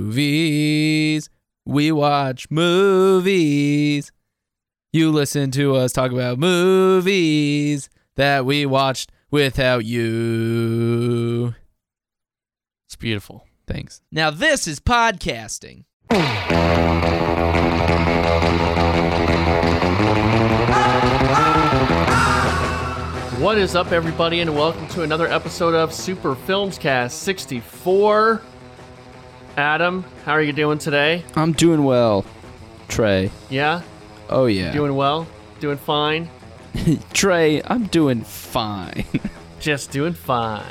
movies. We watch movies. You listen to us talk about movies that we watched without you. It's beautiful. Thanks. Now, this is podcasting. What is up, everybody, and welcome to another episode of Super Films Cast 64. Adam, how are you doing today? I'm doing well, Trey. Yeah, Oh, yeah. doing well, doing fine, Trey, I'm doing fine. just doing fine.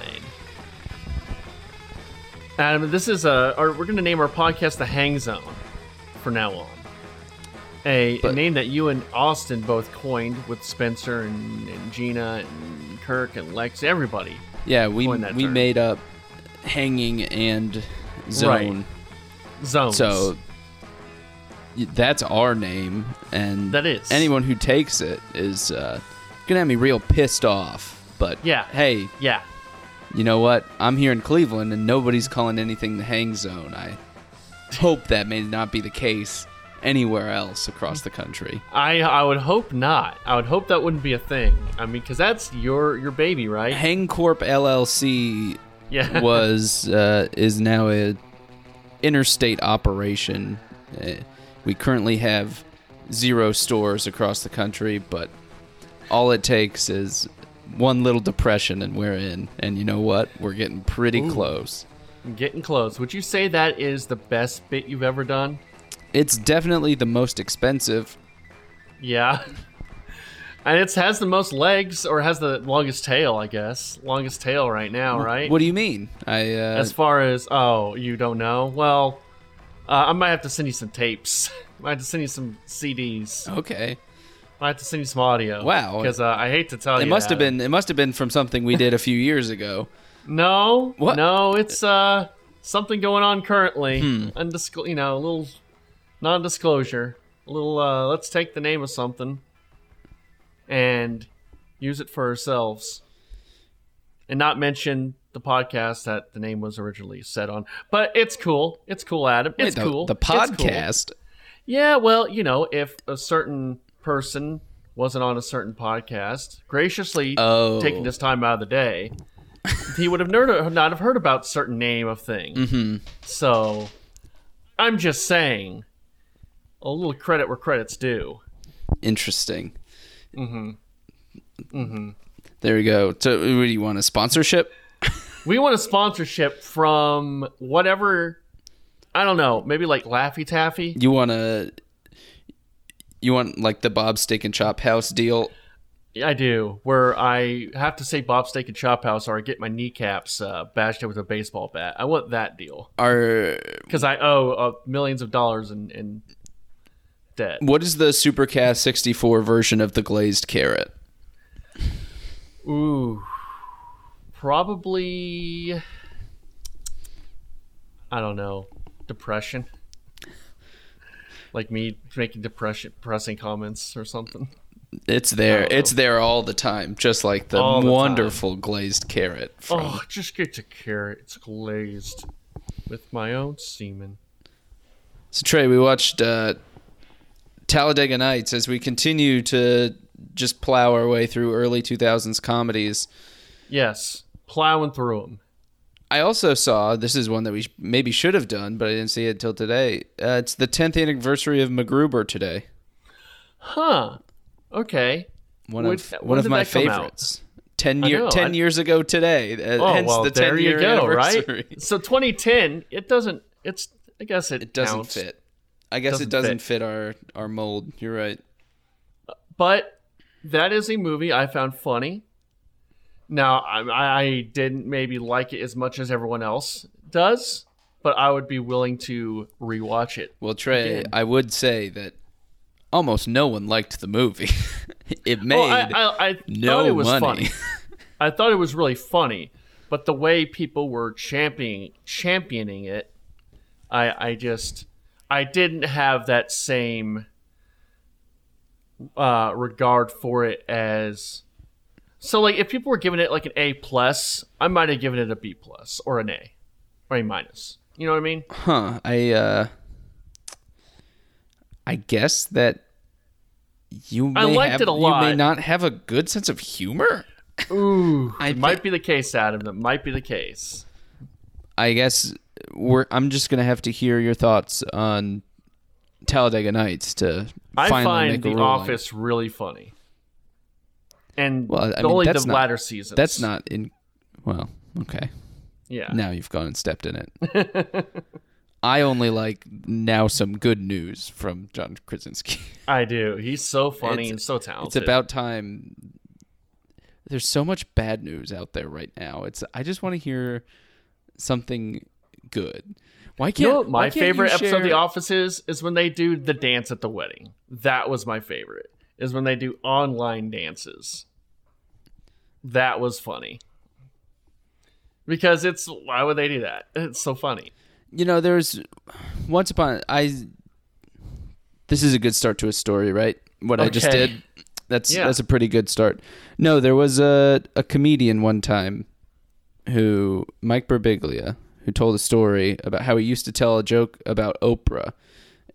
Adam, this is a. Our, we're going to name our podcast the Hang Zone, for now on. A, a But- name that you and Austin both coined with Spencer and, and Gina and Kirk and Lex, everybody. yeah, we, Coin that we term. made up hanging and zone. Zones. So y- that's our name, and That is. anyone who takes it is uh, gonna have me real pissed off. But Yeah. hey, yeah, you know what? I'm here in Cleveland, and nobody's calling anything the hang zone. I hope that may not be the case anywhere else Mm. across the country. I I would hope not. I would hope that wouldn't be a thing. I mean, because that's your your baby, right? Hang Corp LLC Yeah. was uh, is now a interstate operation. Uh, we currently have zero stores across the country, but all it takes is one little depression, and we're in. And you know what? We're getting pretty close. Getting close. Would you say that is the best bit you've ever done? It's definitely the most expensive. Yeah. And it has the most legs, or has the longest tail, I guess. Longest tail right now, right? What do you mean? I uh, as far as oh, you don't know. Well, uh, I might have to send you some tapes. might have to send you some CDs. okay. Might have to send you some audio. Wow. Because uh, I hate to tell It you, must have Adam. been. It must have been from something we did a few years ago. No, What? No, it's uh something going on currently. Hmm. Undiscl- you know, a little non-disclosure. A little. Uh, let's take the name of something and use it for ourselves, and not mention the podcast that the name was originally set on. But it's cool. It's cool, Adam. Wait, It's the, cool. The It's cool. podcast. Yeah, well, you know, if a certain person wasn't on a certain podcast, graciously Oh. taking this time out of the day, he would have ner- not have heard about certain name of thing. Mm. Mm-hmm. So, I'm just saying, a little credit where credit's due. interesting. Mm-hmm. Mm-hmm. Mm-hmm. There we go. So, uh, what do you want a sponsorship? We want a sponsorship from whatever. I don't know, maybe like Laffy Taffy. You want a? You want like the Bob Steak and Chop House deal? I do, where I have to say Bob Steak and Chop House, or I get my kneecaps uh, bashed in with a baseball bat. I want that deal. Are because I owe uh, millions of dollars in, in debt. what is the Supercast sixty four version of the glazed carrot? Ooh, probably. I don't know. Depression. Like me making depression, depressing comments or something. It's there. Oh. It's there all the time, just like the All the wonderful glazed carrot. From, Oh, just get to carrot. It's glazed with my own semen. So Trey, we watched uh, Talladega Nights as we continue to just plow our way through early two thousands comedies. Yes, plowing through them. I also saw this is one that we sh- maybe should have done, but I didn't see it until today. Uh, it's the 10th anniversary of MacGruber today. Huh. Okay. One When- of when one of did my that come out? favorites. Ten I year, know, ten I- years ago today. Uh, Oh hence well, the 10 there year you go, anniversary. right? So 2010, it doesn't. It's I guess it, It doesn't counts. fit. I guess it Doesn't doesn't fit. our our mold. You're right. But that is a movie I found funny. Now I, I didn't maybe like it as much as everyone else does, but I would be willing to rewatch it. Well, Trey, I would say that almost no one liked the movie. it made Well, I, I, I no thought it was money. funny. I thought it was really funny, but the way people were championing championing it, I I just I didn't have that same uh, regard for it as so like if people were giving it like an A plus, I might have given it a B plus or an A or a minus. You know what I mean? Huh. I uh I guess that you may I liked have, it a you may lot. not have a good sense of humor. Ooh, I it might be the case, Adam. That might be the case. I guess we're I'm just gonna have to hear your thoughts on Talladega Nights to I finally make find a The ruling. Office really funny, and Well, I mean, only that's the not- latter seasons. That's not in well, okay. Yeah. Now you've gone and stepped in it. I only like now some good news from John Krasinski. I do. He's so funny It's- and so It's talented. about time. There's so much bad news out there right now. It's I just want to hear something good. Why You can't know what why my can't you favorite episode of The share- Office is? Is when they do the dance at the wedding. That was my favorite. Is when they do online dances. That was funny. Because it's why would they do that? It's so funny. You know, there's once upon I. This is a good start to a story, right? What I just Okay. did. That's Yeah. that's a pretty good start. No, there was a a comedian one time who Mike Birbiglia who told a story about how he used to tell a joke about Oprah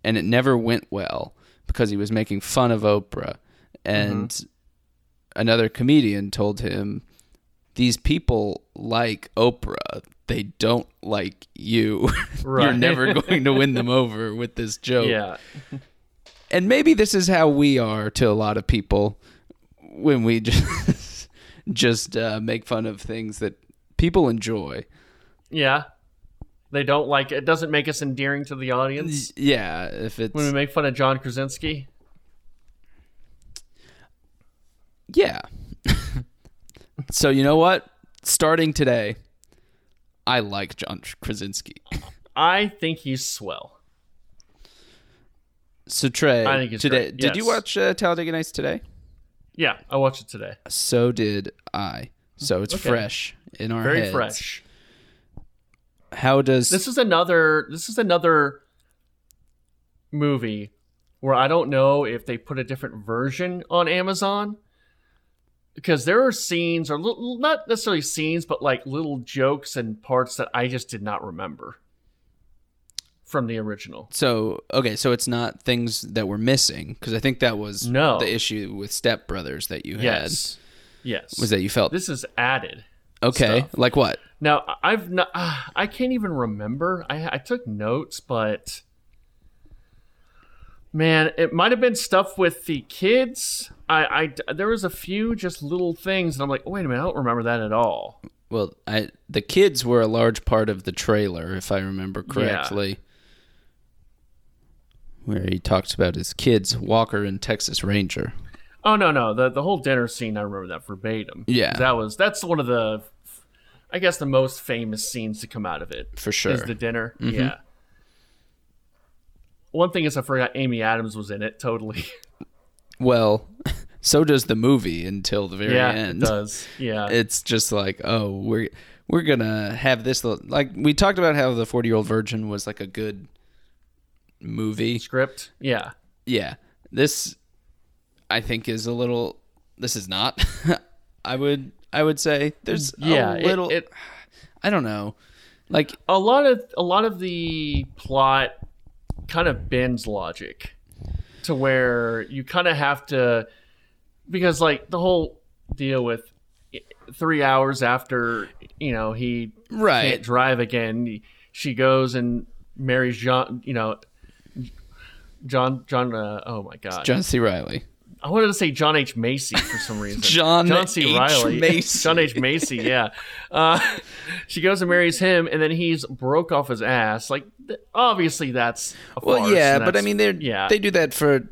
and it never went well because he was making fun of Oprah and Mm-hmm. another comedian told him these people like Oprah they don't like you you're Right. never going to win them over with this joke Yeah. and maybe this is how we are to a lot of people when we just just uh, make fun of things that people enjoy. Yeah. They don't like it doesn't make us endearing to the audience Yeah, if it's when we make fun of John Krasinski. yeah. so you know what? Starting today, I like John Krasinski. I think he's swell. So Trey, I think he's today, great, did you yes. watch uh, Talladega Nights today? Yeah, I watched it today. So did I. So it's Okay. fresh in our Very heads. fresh. How does this is another this is another movie where I don't know if they put a different version on Amazon because there are scenes or little, not necessarily scenes but like little jokes and parts that I just did not remember from the original. So okay, so it's not things that were missing because I think that was No. the issue with Step Brothers that you Yes. Yes. had was that you felt this is added. okay, stuff. like what? Now I- I've not, I can't even remember. I, I took notes, but man, it might have been stuff with the kids. I, I there was a few just little things, and I'm like, wait a minute, I don't remember that at all. Well, I the kids were a large part of the trailer, if I remember correctly. Where he talks about his kids, Walker and Texas Ranger. Oh no, no, the the whole dinner scene, I remember that verbatim. Yeah. that was that's one of the, I guess the most famous scenes to come out of it. For sure. Mm-hmm. is the dinner. Yeah. One thing is, I forgot Amy Adams was in it. Totally. well, so does the movie until the very yeah, end. it does. Yeah. it's just like oh we're we're gonna have this l- like we talked about how the 40 year old virgin was like a good movie script. Yeah. yeah this i think is a little this is not i would i would say there's Yeah. a it- little it- i don't know like a lot of a lot of the plot kind of bends logic to where you kind of have to because like the whole deal with three hours after you know he can't right drive again. She goes and marries John. You know, John. John. Uh, oh my God. john c riley I wanted to say John H. Macy for some reason. John H. Reilly. Macy. John H. Macy, yeah. Uh, she goes and marries him, and then he's broke off his ass. Like, th- obviously, that's a well farce, yeah and but i that's- mean they're yeah. they do that for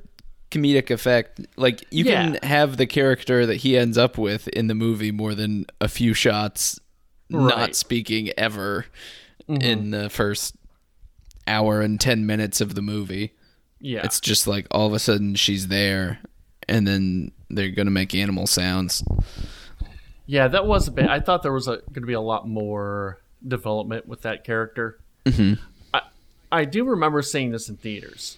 comedic effect like you can Yeah. have the character that he ends up with in the movie more than a few shots not Right. Mm-hmm. speaking ever in the first hour and 10 minutes of the movie yeah, it's just like all of a sudden she's there and then they're gonna make animal sounds yeah. That was a bit. I thought there was going to be a lot more development with that character. Mm-hmm. I I do remember seeing this in theaters.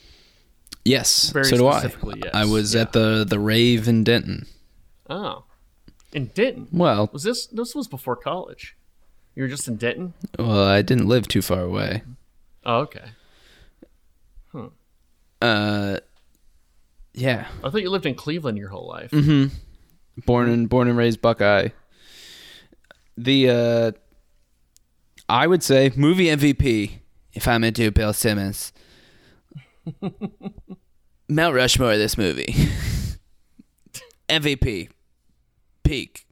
yes Very so do i specifically, yes. i was at the the rave in denton Oh, in Denton well was this? This was before college. You were just in Denton. well i didn't live too far away Oh, okay. Uh, yeah, I thought you lived in Cleveland your whole life. born and born and raised Buckeye. The uh, I would say movie MVP if I'm into Bill Simmons. Mount Rushmore of this movie. MVP peak.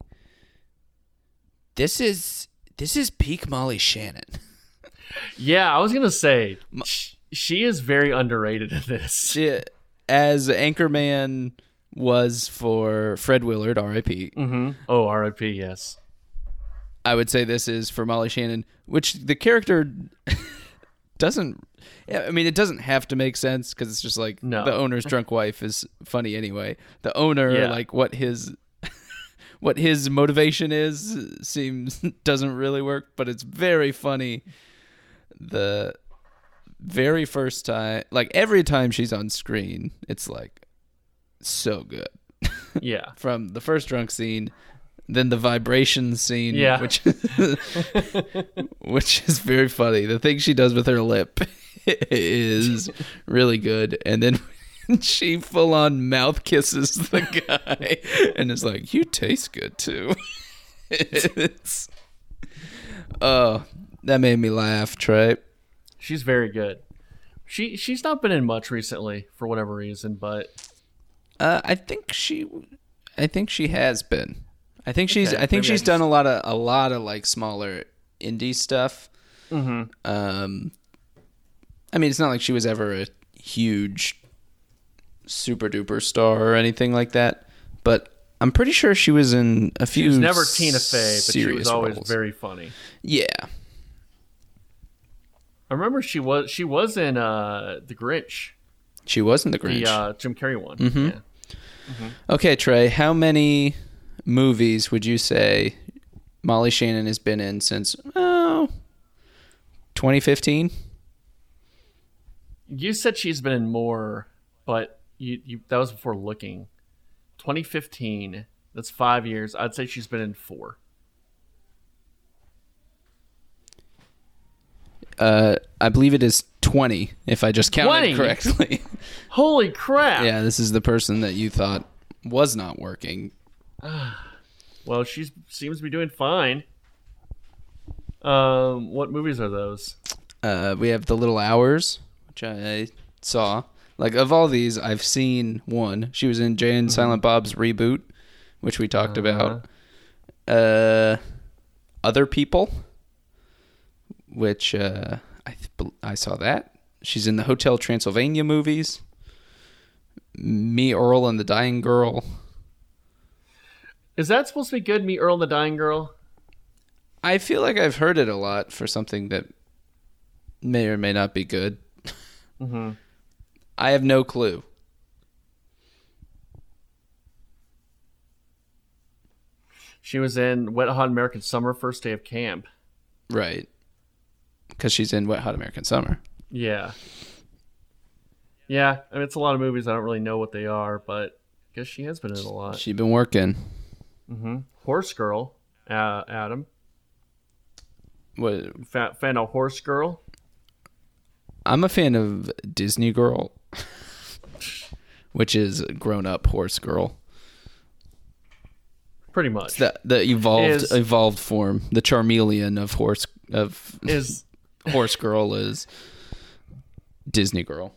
This is this is peak Molly Shannon. Yeah, I was gonna say sh- she is very underrated in this. She, as Anchorman was for Fred Willard, R.I.P. hmm Oh, R.I.P. Yes. I would say this is for Molly Shannon, which the character doesn't. yeah, I mean, it doesn't have to make sense because it's just like No. the owner's drunk wife is funny anyway. The owner, Yeah. like what his what his motivation is, seems doesn't really work, but it's very funny. The very first time, like every time she's on screen, it's like so good Yeah. from the first drunk scene, then the vibration scene, Yeah. which which is very funny. The thing she does with her lip is really good, and then she full on mouth kisses the guy and is like, "You taste good too." it's, oh, that made me laugh, Trey. She's very good. She she's not been in much recently for whatever reason, but Uh, I think she, I think she has been. I think she's. Okay, I think maybe I she's done a lot of a lot of like smaller indie stuff. Mm-hmm. Um, I mean, it's not like she was ever a huge, super duper star or anything like that. But I'm pretty sure she was in a few. she was never Tina Fey, but she was serious always roles. very funny. Yeah. I remember she was she was in uh The Grinch, She was in the Grinch. Mm-hmm. the uh, Jim Carrey one. Yeah. Okay, Trey. How many movies would you say Molly Shannon has been in since oh 2015? You said she's been in more, but you, you that was before looking. 2015. That's five years. I'd say she's been in four. Uh, I believe it is 20 if I just counted 20? correctly. Holy crap! yeah, this is the person that you thought was not working. Well, she seems to be doing fine. Um, what movies are those? Uh, we have The Little Hours, which I saw. Like of all these, I've seen one. She was in Jay and Silent Bob's reboot, which we talked about. Uh, Other People, which uh, I th- bel- I saw that. She's in the Hotel Transylvania movies. Me, Earl, and the Dying Girl. Is that supposed to be good? Me, Earl, and the Dying Girl. I feel like I've heard it a lot for something that may or may not be good. I have no clue. She was in Wet Hot American Summer, First Day of Camp. Right. Because she's in Wet Hot American Summer. Yeah. Yeah, I mean, it's a lot of movies. I don't really know what they are, but I guess she has been in a lot. She's been working. Horse Girl, uh, Adam. What? Fa- fan of Horse Girl. I'm a fan of Disney Girl, which is grown up horse girl. Pretty much. The the evolved Is- evolved form, the Charmeleon of horse of is horse girl is Disney Girl.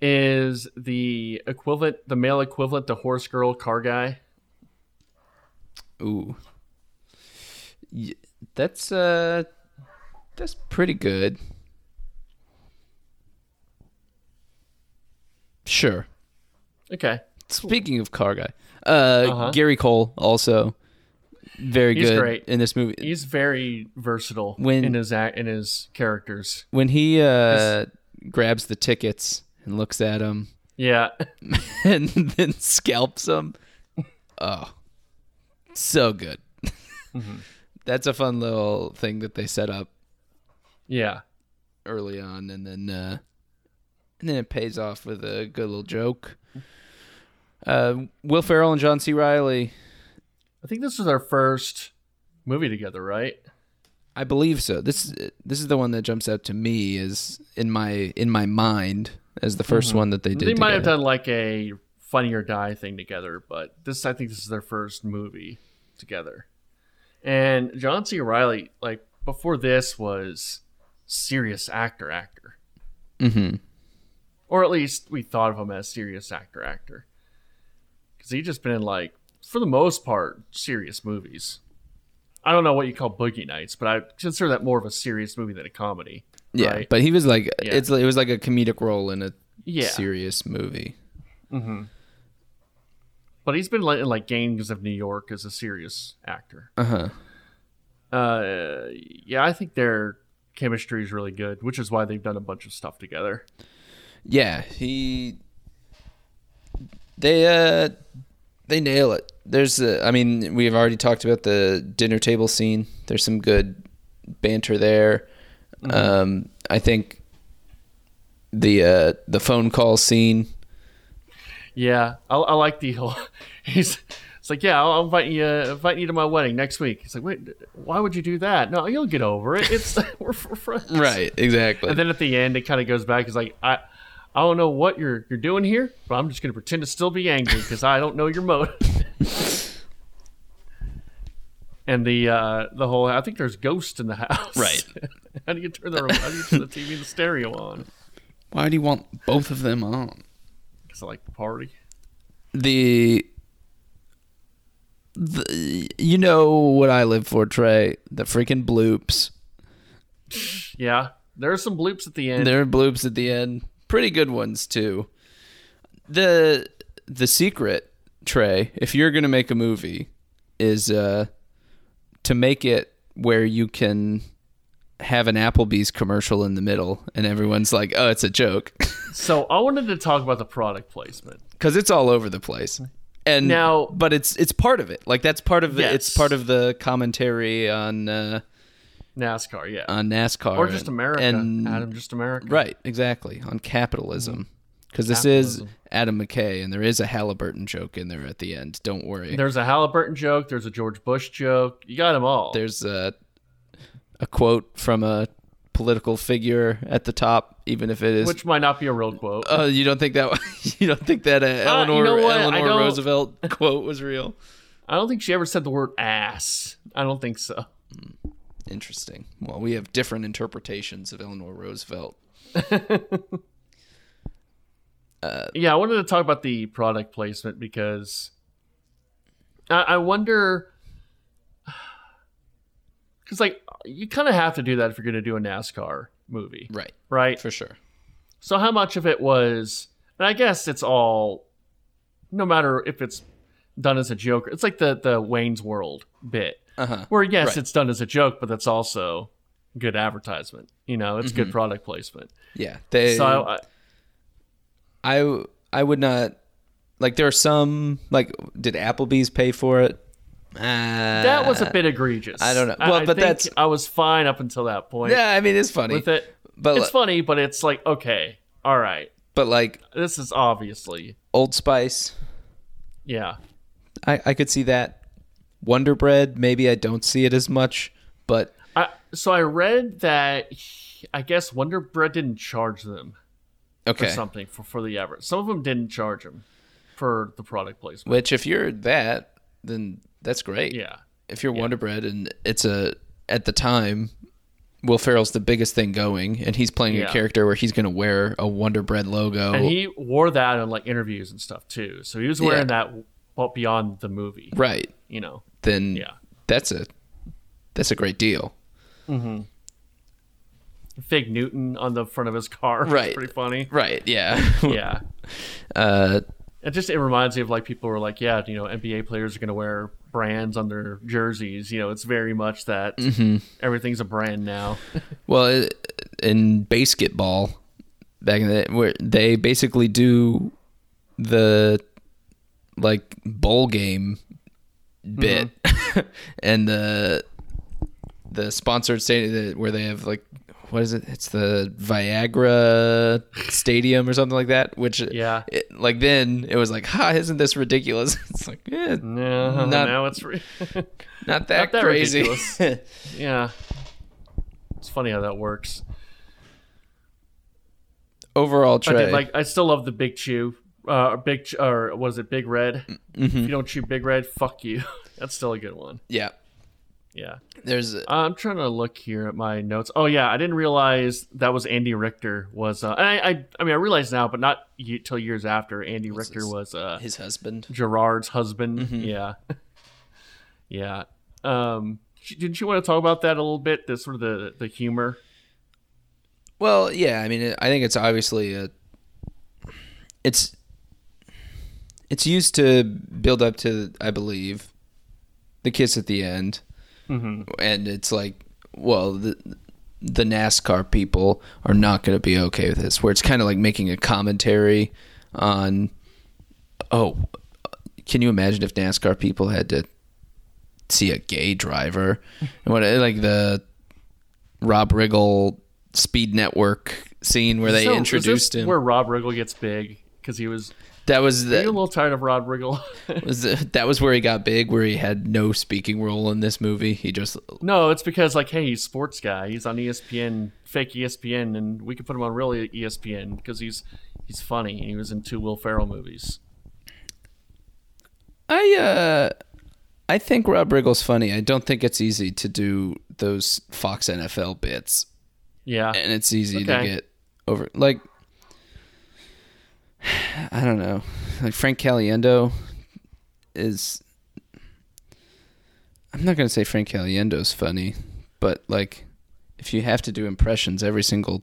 is the equivalent, the male equivalent to Horse Girl, Car Guy. Ooh. Y- That's uh that's pretty good. Sure. Okay. Speaking of car guy, uh Gary Cole also very Uh-huh. He's good great. in this movie. He's very versatile When- in his act, in his characters. when he uh grabs the tickets and looks at them Yeah. and then scalps them. Oh. So good. Mm-hmm. That's a fun little thing that they set up Yeah. early on and then uh and then it pays off with a good little joke. Uh Will Ferrell and John C. Riley. I think this was our first movie together, right? I believe so. This this is the one that jumps out to me is in my in my mind as the 1st one that they did. Mm-hmm. They might have together. done like a Funny or Die thing together, but this I think this is their first movie together. And John C. Riley, like before this, was serious actor actor, Mhm. or at least we thought of him as serious actor actor, because he just been in like for the most part serious movies. I don't know what you call Boogie Nights, but I consider that more of a serious movie than a comedy. Yeah, right? but he was like Yeah. it's it was like a comedic role in a Yeah, serious movie. but he's been like, in like Gangs of New York as a serious actor. Uh huh. uh, yeah, I think their chemistry is really good, which is why they've done a bunch of stuff together. Yeah, he they uh they nail it. There's a, I mean, we've already talked about the dinner table scene. There's some good banter there. Mm-hmm. Um I think the uh the phone call scene Yeah, I, I like the whole. He's it's like, yeah, I'll invite you, uh, invite you to my wedding next week. He's like, wait, why would you do that? No, you'll get over it. It's we're, we're friends, exactly. And then at the end, it kind of goes back. He's like, I. I don't know what you're you're doing here, but I'm just gonna pretend to still be angry because I don't know your motive. and the uh, the whole I think there's ghosts in the house. Right. how do you turn the how do you turn the TV and the stereo on? Why do you want both of them on? Because I like the party. The, the you know what I live for, Trey? The freaking bloops. Yeah, there are some bloops at the end. There are bloops at the end. Pretty good ones too. The the secret, Trey, if you're gonna make a movie, is uh to make it where you can have an Applebee's commercial in the middle and everyone's like, Oh, it's a joke. So I wanted to talk about the product placement. because it's all over the place. And Now- but it's it's part of it. Like that's part of the, it's Yes. part of the commentary on uh, NASCAR, yeah, on NASCAR or and- just America, and Adam, just America. right exactly on capitalism Mm. because this is Adam McKay and there is a Halliburton joke in there at the end. Don't worry, There's a Halliburton joke. There's a George Bush joke. You got them all. there's a a quote from a political figure at the top, even if it is. which might not be a real quote. Oh, you don't think that you don't think that uh, you Eleanor know what? I Eleanor don't- Roosevelt quote was real? I don't think she ever said the word ass. I don't think so. Interesting. Well, we have different interpretations of Eleanor Roosevelt. Yeah, I wanted to talk about the product placement because I, I wonder. Because, like, you kind of have to do that if you're going to do a NASCAR movie, Right. right? For sure. So how much of it was? And I guess it's all, no matter if it's done as a joke. It's like the the Wayne's World bit, Uh huh. where yes, Right. it's done as a joke, but that's also good advertisement. You know, it's Mm-hmm. good product placement. Yeah. They. So I, I I would not like. There are some like. Did Applebee's pay for it? Uh, that that was a bit egregious. Uh, I don't know. I- Well, I but think that's- I was fine up until that point Yeah, I mean uh, it's funny, with it. but it's li- funny, but it's like okay, all right, but like this is obviously Old Spice, yeah. I I could see that. Wonder Bread, maybe I don't see it as much, but I, so I read that he- I guess Wonder Bread didn't charge them. or okay. something for, for the advert. Some of them didn't charge him for the product placement. Which if you're that, then that's great. Yeah. if you're Wonder Bread and it's a at the time Will Ferrell's the biggest thing going and he's playing a Yeah. character where he's going to wear a Wonder Bread logo. And he wore that in like interviews and stuff too. So he was wearing that well beyond the movie, right. you know. Then Yeah. that's a that's a great deal. Fig Newton on the front of his car. Right. Pretty funny. Right. Yeah. Yeah. uh It just it reminds me of like people were like, yeah, you know, NBA players are going to wear brands on their jerseys. You know, it's very much that Mm-hmm. everything's a brand now. well it, in basketball back in the where they basically do the like bowl game bit Mm-hmm. and the the sponsored stadium that- where they have like what is it it's the viagra stadium or something like that which uh, Yeah. it, like then it was like ha isn't this ridiculous it's like eh, No, Not- now it's re- not that that crazy ridiculous. yeah. It's funny how that works. Overall, Trey. I did like. I still love the Big Chew. Uh, or big Ch- or was it Big Red? Mm-hmm. If you don't chew Big Red, fuck you. That's still a good one. yeah. Yeah. There's uh, I'm trying to look here at my notes. Oh yeah, I didn't realize that was Andy Richter was. Uh, and I, I I mean I realized now, but not ye- till years after. Andy Richter his- was uh, his husband. Gerard's husband. Mm-hmm. Yeah, yeah. Um, sh- didn't you want to talk about that a little bit? The sort of the the humor. Well, yeah, I mean, it- I think it's obviously a, it's, it's used to build up to, I believe, the kiss at the end, mm-hmm. and it's like, well, the the NASCAR people are not going to be okay with this. Where it's kind of like making a commentary on, oh, can you imagine if NASCAR people had to see a gay driver and what like the Rob Riggle Speed Network scene where they So, is this introduced him. Where Rob Riggle gets big because he was. that was Are you a the, little tired of Rob Riggle? was the- that was where he got big, where he had no speaking role in this movie. He just no, it's because like, hey, he's a sports guy. He's on E ESPN, fake E ESPN, and we could put him on real E ESPN because he's he's funny and he was in two Will Ferrell movies. I uh I think Rob Riggle's funny. I don't think it's easy to do those Fox NFL bits. Yeah, And it's easy to Okay. get over like I don't know. Like Frank Caliendo is I'm not gonna say Frank Caliendo's funny, but like if you have to do impressions every single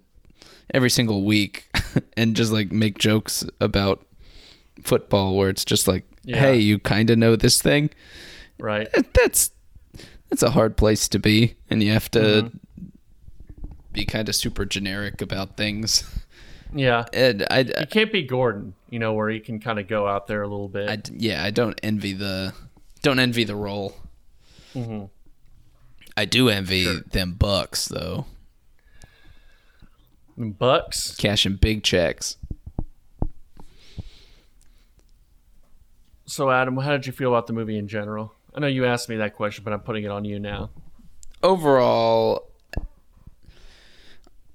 every single week and just like make jokes about football where it's just like Yeah. hey you kind of know this thing right. that's that's a hard place to be and you have to be kind of super generic about things Yeah, and I, he I, can't be Gordon. You know where he can kind of go out there a little bit. I- yeah i don't envy the don't envy the role i do envy them bucks though Bucks. cashing big checks So, Adam, how did you feel about the movie in general? I know you asked me that question, but I'm putting it on you now. overall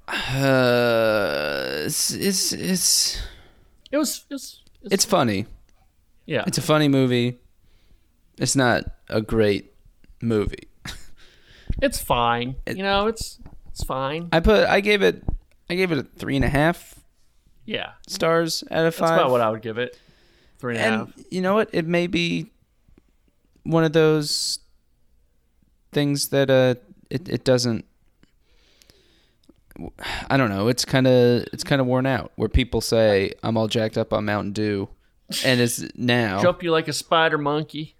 uh, it's, it's it's It was, it was, it's, it's funny yeah, It's a funny movie. It's not a great movie. it's fine. you know, it's it's fine. I put I gave it I gave it a three and a half yeah, stars out of that's five. about what I would give it. Three and a half. and you know what? It may be one of those things that uh it, it doesn't I don't know. It's kind of it's kind of worn out. Where people say I'm all jacked up on Mountain Dew, and it's now Jump you like a spider monkey.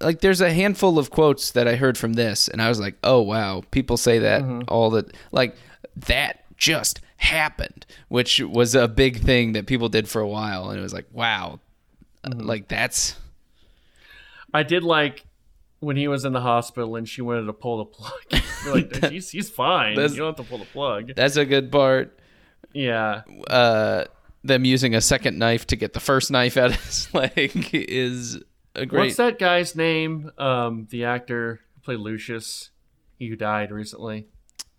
like there's a handful of quotes that I heard from this, and I was like, oh wow, people say that Mm-hmm. all the like that just happened, which was a big thing that people did for a while, and it was like wow, uh, Mm-hmm. like that's I did like when he was in the hospital and she wanted to pull the plug. You're like, he's, he's fine. You That's- don't have to pull the plug. that's a good part. Yeah. Uh, them using a second knife to get the first knife out of his leg is a great. What's that guy's name? Um, the actor who played Lucius, he who died recently.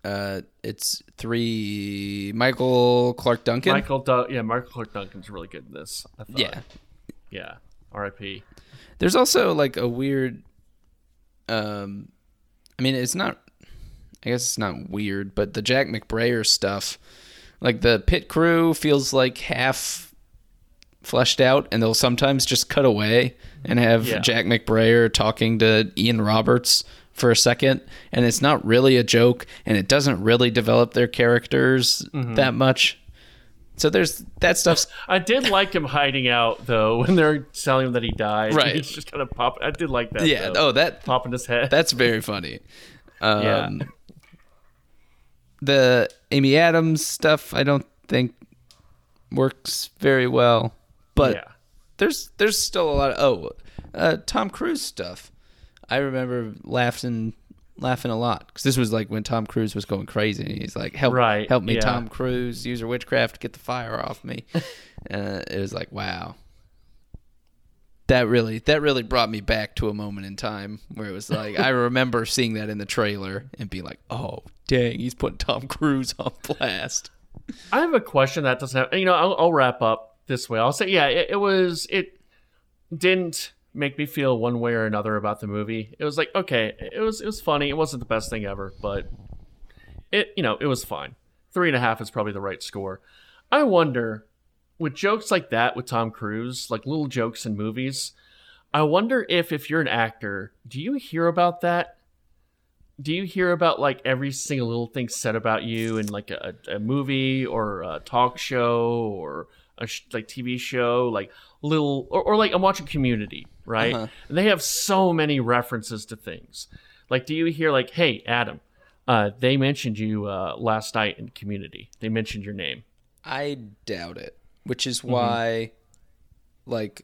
Uh, it's three Michael Clark Duncan. Michael, du- yeah, Michael Clark Duncan's really good in this. I thought. yeah, yeah. R.I.P. There's also like a weird um I mean it's not I guess it's not weird, but the Jack McBrayer stuff, like the pit crew feels like half fleshed out and they'll sometimes just cut away and have Yeah. Jack McBrayer talking to Ian Roberts for a second and it's not really a joke and it doesn't really develop their characters Mm-hmm. that much. So there's that stuff's I did like him hiding out though when they're telling him that he died. Right. He's just kind of pop. I did like that. yeah, though. oh that popping his head. That's very funny. Um, Yeah. The Amy Adams stuff, I don't think works very well, but yeah. there's there's still a lot of oh, uh, Tom Cruise stuff. I remember laughing laughing a lot because this was like when Tom Cruise was going crazy. and He's like, "Help, Right, help me, yeah. Tom Cruise, use your witchcraft, to get the fire off me." uh, it was like, wow. that really that really brought me back to a moment in time where it was like I remember seeing that in the trailer and being like, "Oh, dang, he's putting Tom Cruise on blast." I have a question that doesn't have. You know, I'll, I'll wrap up this way. I'll say, yeah, it, it was. It didn't make me feel one way or another about the movie. It was like, okay, it was it was funny. It wasn't the best thing ever, but it you know it was fine. Three and a half is probably the right score. I wonder with jokes like that with Tom Cruise, like little jokes in movies. I wonder if if you're an actor, do you hear about that? do you hear about like every single little thing said about you in like a, a movie or a talk show or a sh- like TV show, like little or, or like I'm watching Community, right? Uh-huh. And they have so many references to things. Like, do you hear like, "Hey, Adam, uh, they mentioned you uh, last night in Community. They mentioned your name." I doubt it, which is why like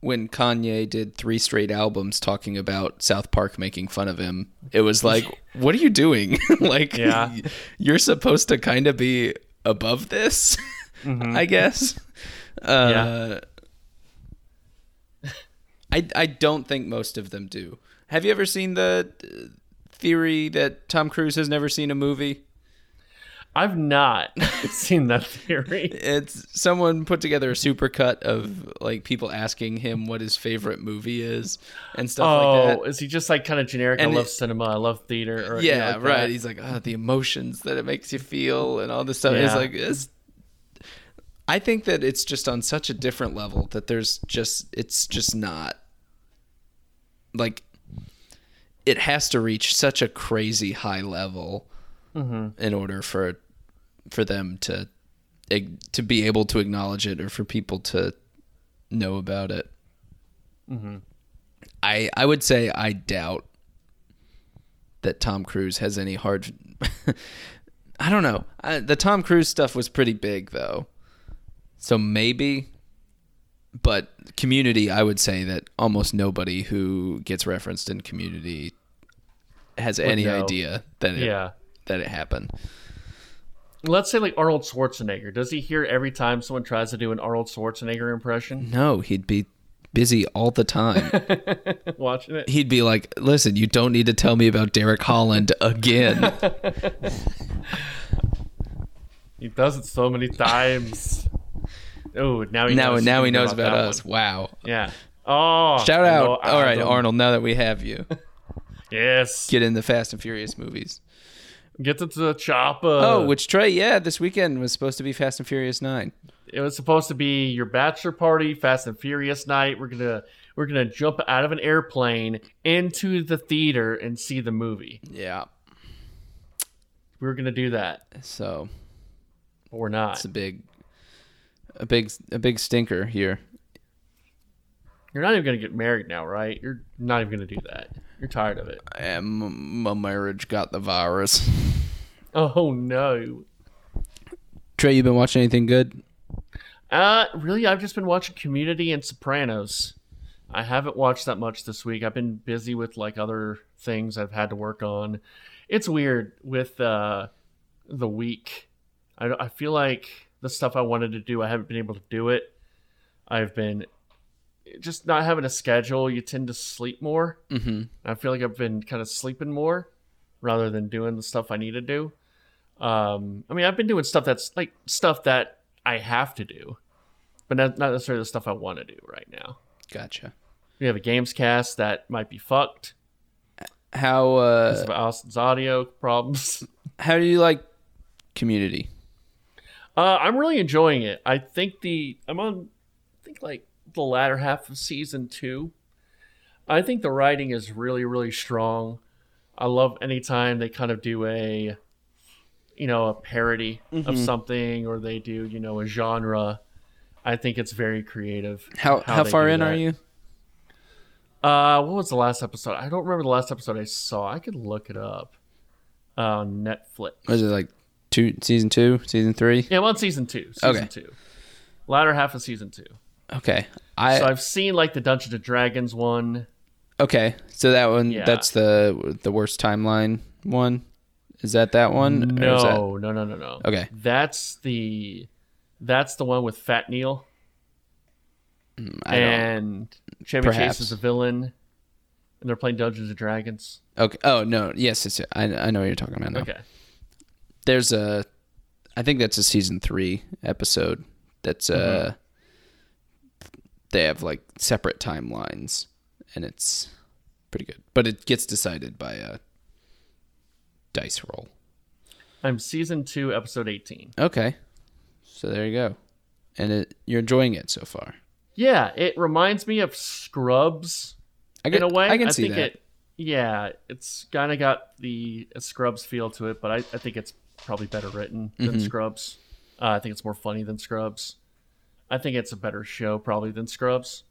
when Kanye did three straight albums talking about South Park making fun of him, it was like, "What are you doing? like Yeah. you're supposed to kind of be above this, I guess." Uh I I don't think most of them do. Have you ever seen the uh, theory that Tom Cruise has never seen a movie? I've not seen that theory. it's someone put together a supercut of like people asking him what his favorite movie is and stuff like Oh, that. is he just like kind of generic? And I love it- cinema. I love theater. Or, you know, yeah, like that? right. He's like, oh, the emotions that it makes you feel and all this stuff. It's Yeah. like, it's, I think that it's just on such a different level that there's just, it's just not like it has to reach such a crazy high level Mm-hmm. in order for for them to ig- to be able to acknowledge it or for people to know about it. Mm-hmm. I I would say I doubt that Tom Cruise has any hard. I don't know. I, the Tom Cruise stuff was pretty big though, so maybe. But Community, I would say that almost nobody who gets referenced in Community has any know. idea that it, Yeah. that it happened. let's say like Arnold Schwarzenegger. Does he hear every time someone tries to do an Arnold Schwarzenegger impression No, he'd be busy all the time. watching it? he'd be like, "Listen, you don't need to tell me about Derek Holland again." He does it so many times. Oh, now he now, knows now he knows about about that us. Wow. one. Yeah. Oh, Shout I out. know All right, Adam. Arnold, now that we have you, Yes. Get, get in the Fast and Furious movies. into the chopper. Oh, which Trey, yeah, this weekend was supposed to be Fast and Furious 9. it was supposed to be your bachelor party, Fast and Furious night. We're gonna we're gonna jump out of an airplane into the theater and see the movie. Yeah. We were gonna do that, So, but we're not. it's a big a big a big stinker here. You're not even gonna get married now, right? You're not even gonna do that. You're tired of it. Um, my marriage got the virus. Oh no. Trey, you been watching anything good? Uh really I've just been watching Community and Sopranos. I haven't watched that much this week. I've been busy with like other things I've had to work on. It's weird with uh the week. I I feel like the stuff I wanted to do I haven't been able to do it. I've been just not having a schedule. You tend to sleep more. Mm-hmm. I feel like I've been kind of sleeping more rather than doing the stuff I need to do. Um, I mean, I've been doing stuff that's like stuff that I have to do, but not, not necessarily the stuff I want to do right now. Gotcha. We have a games cast that might be fucked. How It's uh about Austin's audio problems. how do you like community? Uh, I'm really enjoying it. I think the I'm on I think like the latter half of season two. I think the writing is really really strong. I love anytime they kind of do a you know a parody Mm-hmm. of something or they do you know a genre. I think it's very creative. How how, they far do in that. are you? Uh, what was the last episode? I don't remember the last episode I saw. I could look it up Uh, on Netflix. Was it like two season 2, season 3? Yeah, I'm on season two. Season Okay. two, latter half of season two. Okay. I so I've seen like the Dungeons and Dragons one. Okay, so that one Yeah. that's the the worst timeline one. Is that that one? Or is Mm, that- No, no, no, no, no. Okay. that's the that's the one with Fat Neil. I don't. and Chevy Perhaps. Chase is a villain, and they're playing Dungeons and Dragons. Okay. Oh no. Yes. It's. I. I know what you're talking about now. Okay, There's a. I think that's a season three episode. That's Mm-hmm. uh. They have like separate timelines, and it's pretty good. But it gets decided by a dice roll. I'm season two, episode eighteen. Okay. So there you go. And it, you're enjoying it so far. Yeah, it reminds me of Scrubs I can, in a way. I can see think that. it. Yeah, it's kind of got the Scrubs feel to it, but I, I think it's probably better written than Mm-hmm. Scrubs. Uh, I think it's more funny than Scrubs. I think it's a better show probably than Scrubs.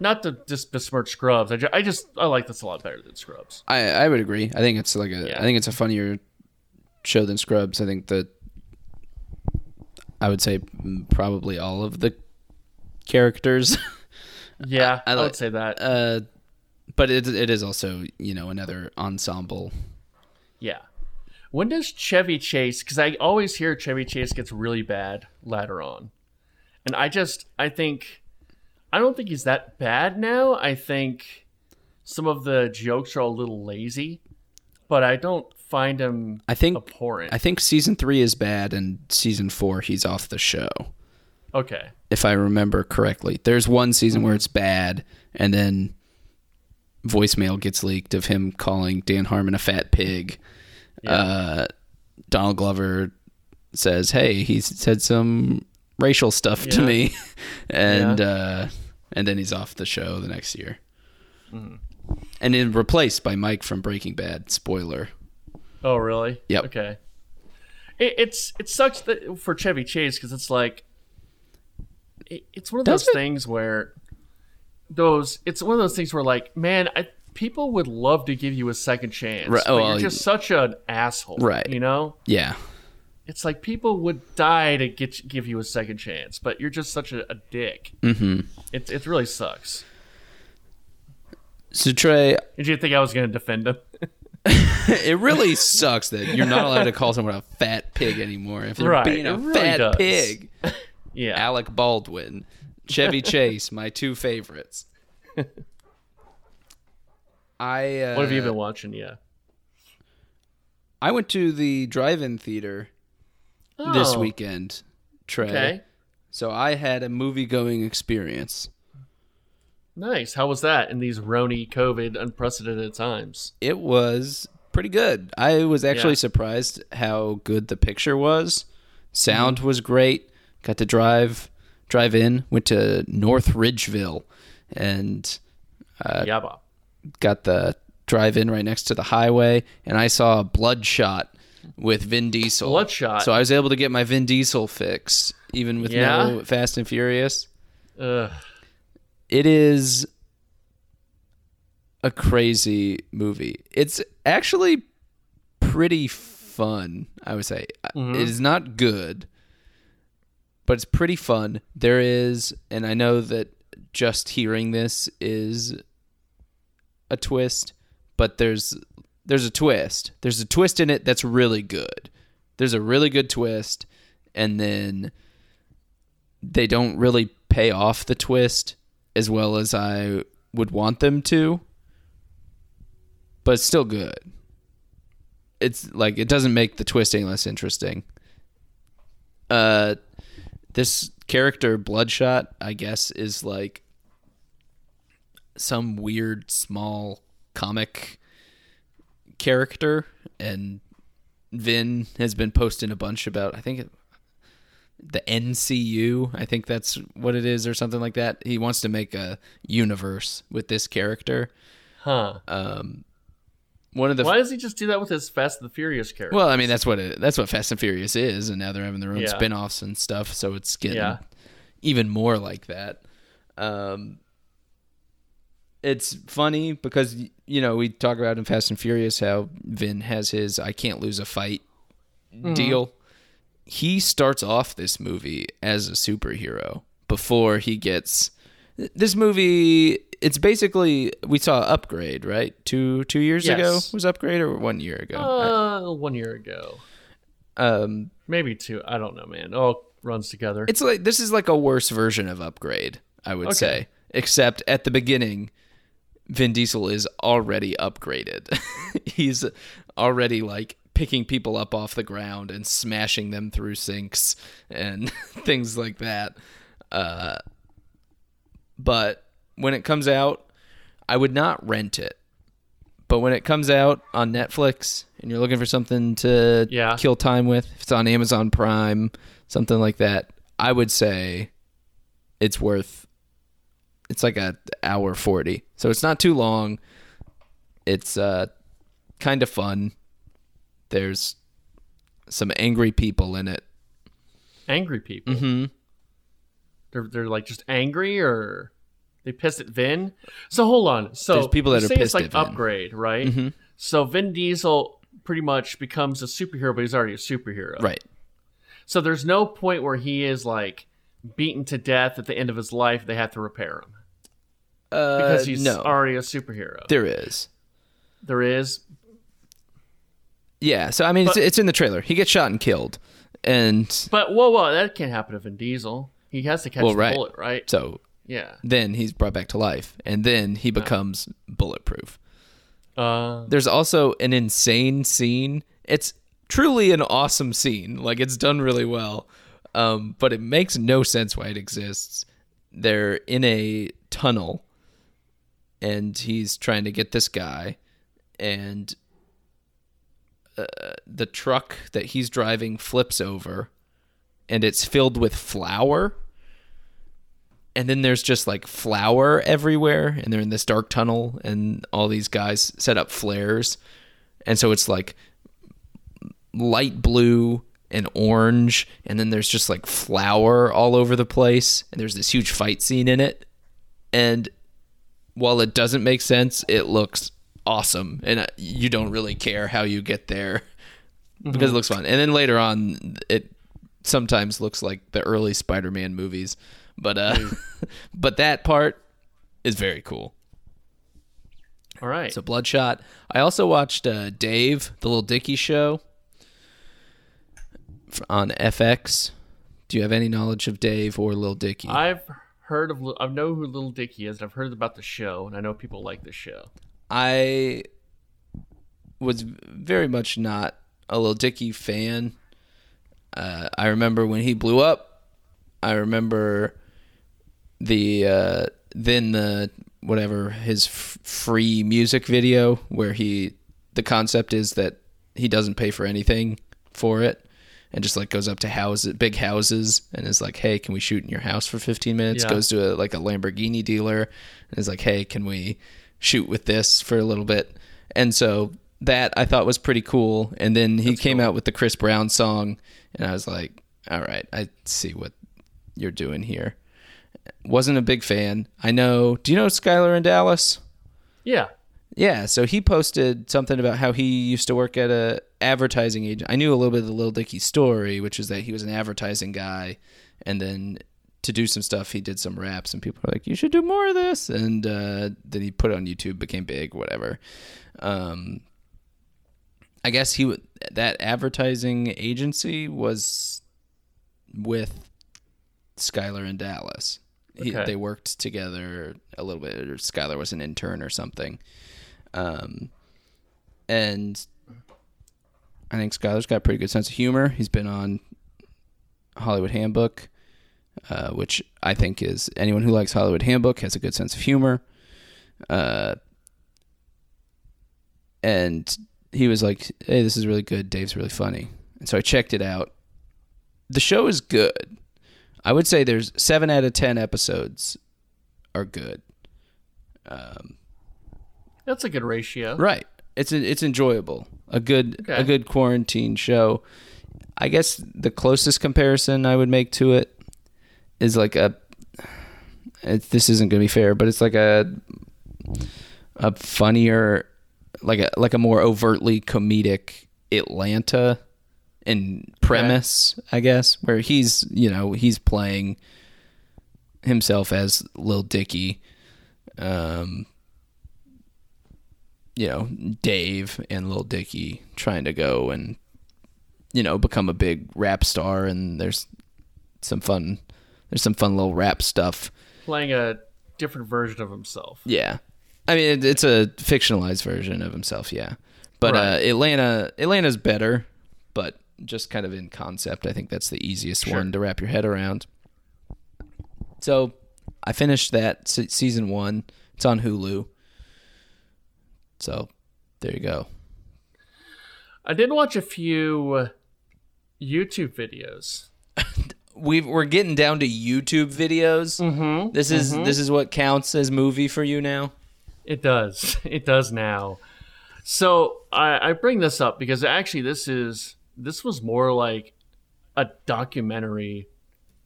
Not to just besmirch Scrubs. I, ju- I just I like this a lot better than Scrubs. I I would agree. I think it's like a I Yeah. think it's a funnier show than Scrubs. I think that I would say mm, probably all of the characters, Yeah, I I, like- would say that. uh, but it it is also you know another ensemble. yeah. When does Chevy Chase? Because I always hear Chevy Chase gets really bad later on, and I just I think I don't think he's that bad now. I think some of the jokes are a little lazy, but I don't find him I think abhorrent. I think season three is bad and season four he's off the show okay, if I remember correctly. There's one season where it's bad and then voicemail gets leaked of him calling Dan Harmon a fat pig. uh, Donald Glover says, "Hey, he said some racial stuff to Yeah. me," and uh, and then he's off the show the next year, and then replaced by Mike from Breaking Bad. Spoiler. Oh, really? Yep. Okay. It, it's it sucks that for Chevy Chase because it's like it, it's one of Doesn't those it- things where those it's one of those things where like man, I people would love to give you a second chance, Right, but oh, well, you're just such an asshole, Right. You know, Yeah, it's like people would die to get give you a second chance, but you're just such a, a dick. Mm. Mm-hmm. It it really sucks. so Trey, Did you think I was going to defend him? it really sucks that you're not allowed to call someone a fat pig anymore if they're Right, being a it really fat does. pig. yeah. Alec Baldwin, Chevy Chase, my two favorites. I uh, what have you been watching? Yeah. I went to the drive-in theater this Oh, weekend, Trey. Okay. So I had a movie-going experience. Nice. How was that in these Rony COVID unprecedented times? It was pretty good. I was actually Yeah. surprised how good the picture was. Sound Mm-hmm. was great. Got to drive drive in. Went to North Ridgeville, and Uh, Yabba. got the drive in right next to the highway, and I saw a Bloodshot with Vin Diesel. Bloodshot. So I was able to get my Vin Diesel fix, even with Yeah? no Fast and Furious. Ugh. It is a crazy movie. It's actually pretty fun, I would say. Uh, It is not good, but it's pretty fun. There is, and I know that just hearing this is a twist, but there's there's a twist. There's a twist in it that's really good. There's a really good twist and then they don't really pay off the twist as well as I would want them to. But it's still good. It's like it doesn't make the twist any less interesting. Uh this character Bloodshot, I guess, is like some weird small comic character and Vin has been posting a bunch about I think it, the NCU, I think that's what it is or something like that. He wants to make a universe with this character. Huh. One of the Why does he just do that with his Fast and the Furious character? Well, I mean that's what it, that's what Fast and Furious is, and now they're having their own Yeah. spin-offs and stuff, so it's getting Yeah. even more like that. Um, it's funny because y- you know we talk about in Fast and Furious how Vin has his "I can't lose a fight" Mm-hmm. deal. He starts off this movie as a superhero before he gets this movie. It's basically we saw Upgrade right two two years ago Yes. was Upgrade or one year ago. uh, one year ago. um, Maybe two. I don't know, man. All runs together. it's like this is like a worse version of upgrade I would Okay. say. Except at the beginning, Vin Diesel is already upgraded. He's already like picking people up off the ground and smashing them through sinks and things like that. Uh, but when it comes out, I would not rent it. But when it comes out on Netflix and you're looking for something to Yeah. kill time with, if it's on Amazon Prime, something like that, I would say it's worth it's like a hour 40. So it's not too long. It's uh kind of fun. There's some angry people in it. Angry people. Mhm. They're they're like just angry or they pissed at Vin. So hold on. So There's people that you are say pissed it's like at Vin. Mm-hmm. upgrade, right? So Vin Diesel pretty much becomes a superhero, but he's already a superhero. Right. So there's no point where he is like beaten to death at the end of his life. They have to repair him Uh, because he's no, already a superhero. there is. there is Yeah, so I mean, it's, it's in the trailer. He gets shot and killed, and But whoa, whoa, that can't happen to Vin Diesel. He has to catch Well, the right. bullet, right? so Yeah. then he's brought back to life, and then he becomes bulletproof. Uh, There's also an insane scene. It's truly an awesome scene. Like it's done really well, um, but it makes no sense why it exists. They're in a tunnel, and he's trying to get this guy, and uh, the truck that he's driving flips over, and it's filled with flour. And then there's just like flour everywhere, and they're in this dark tunnel, and all these guys set up flares, and so it's like light blue and orange, and then there's just like flour all over the place, and there's this huge fight scene in it, and while it doesn't make sense, it looks awesome, and uh, you don't really care how you get there because it looks fun. And then later on, it sometimes looks like the early Spider-Man movies, but uh, but that part is very cool. all right. So Bloodshot. I also watched uh, Dave, the Little Dicky show f- on FX. Do you have any knowledge of Dave or Little Dicky? I, I've heard of, Lil- I know who Little Dicky is, and I've heard about the show, and I know people like the show. was very much not a Little Dicky fan. Uh, I remember when he blew up. I remember the uh, then the whatever his f- free music video where he the concept is that he doesn't pay for anything for it and just like goes up to houses big houses and is like hey can we shoot in your house for 15 minutes Yeah. goes to a, like a Lamborghini dealer and is like hey can we shoot with this for a little bit and so that I thought was pretty cool and then he came out with the Chris Brown song and I was like all right I see what you're doing here wasn't a big fan. I know. Do you know Skylar in Dallas? Yeah. Yeah, so he posted something about how he used to work at a advertising agent. I knew a little bit of the Little Dicky story, which is that he was an advertising guy, and then to do some stuff, he did some raps, and people were like, "You should do more of this." And uh, then he put it on YouTube, became big, whatever. Um, I guess he would, that advertising agency was with Skylar in Dallas. He, Okay. They worked together a little bit. Or Skylar was an intern or something. Um, and I think Skylar's got a pretty good sense of humor. He's been on Hollywood Handbook, uh, which I think is anyone who likes Hollywood Handbook has a good sense of humor. Uh, and he was like, "Hey, this is really good. Dave's really funny." And so I checked it out. The show is good. I would say there's seven out of ten episodes are good. That's a good ratio. Right. It's it's enjoyable. A good a Okay. good quarantine show. I guess the closest comparison I would make to it is like a. It, this isn't going to be fair, but it's like a a funnier, like a like a more overtly comedic Atlanta in premise, I guess, where he's you know he's playing himself as Lil Dicky, um, you know Dave and Lil Dicky trying to go and you know become a big rap star, and there's some fun, there's some fun little rap stuff playing a different version of himself. Yeah, I mean it, it's a fictionalized version of himself. Yeah, but uh, Right. Atlanta Atlanta's better, but just kind of in concept, I think that's the easiest Sure. one to wrap your head around. So I finished that se- season one. It's on Hulu. So there you go. I did watch a few uh, YouTube videos. We've, we're getting down to YouTube videos. Mm-hmm. This is this is what counts as movie for you now. It does. It does now. So I, I bring this up because actually this is this was more like a documentary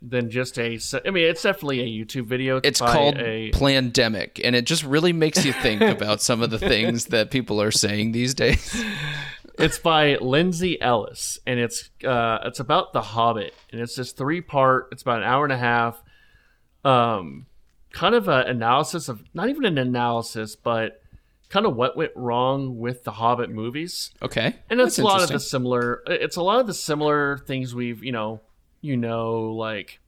than just a. se- I mean, it's definitely a YouTube video. It's by called a Plandemic, and it just really makes you think about some of the things that people are saying these days. it's by Lindsay Ellis, and it's uh, it's about the Hobbit, and it's this three part. It's about an hour and a half. Um, kind of an analysis of not even an analysis, but kind of what went wrong with the Hobbit movies, Okay, and it's That's a lot of interesting. the similar. It's a lot of the similar things we've you know you know like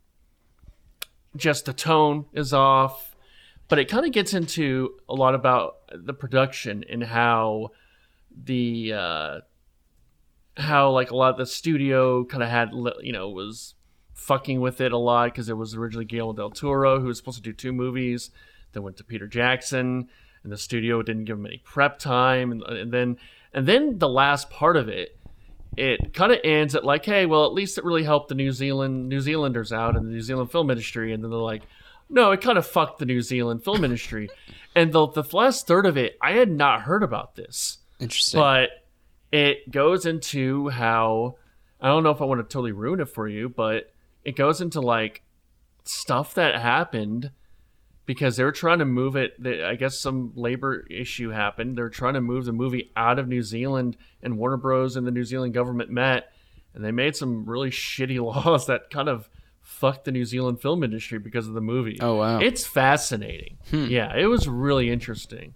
just the tone is off, but it kind of gets into a lot about the production and how the uh, how like a lot of the studio kind of had li- you know was fucking with it a lot because it was originally Guillermo del Toro who was supposed to do two movies, then went to Peter Jackson, and the studio didn't give him any prep time, and, and then and then the last part of it. It kind of ends at like, hey, well, at least it really helped the New Zealand New Zealanders out and the New Zealand film industry, and then they're like, no, it kind of fucked the New Zealand film industry, and the the last third of it, I had not heard about this. Interesting. But it goes into how I don't know if I want to totally ruin it for you, but it goes into like stuff that happened because they were trying to move it. They, I guess some labor issue happened. They're trying to move the movie out of New Zealand, and Warner Bros. and the New Zealand government met, and they made some really shitty laws that kind of fucked the New Zealand film industry because of the movie. oh wow, It's fascinating. Yeah, it was really interesting,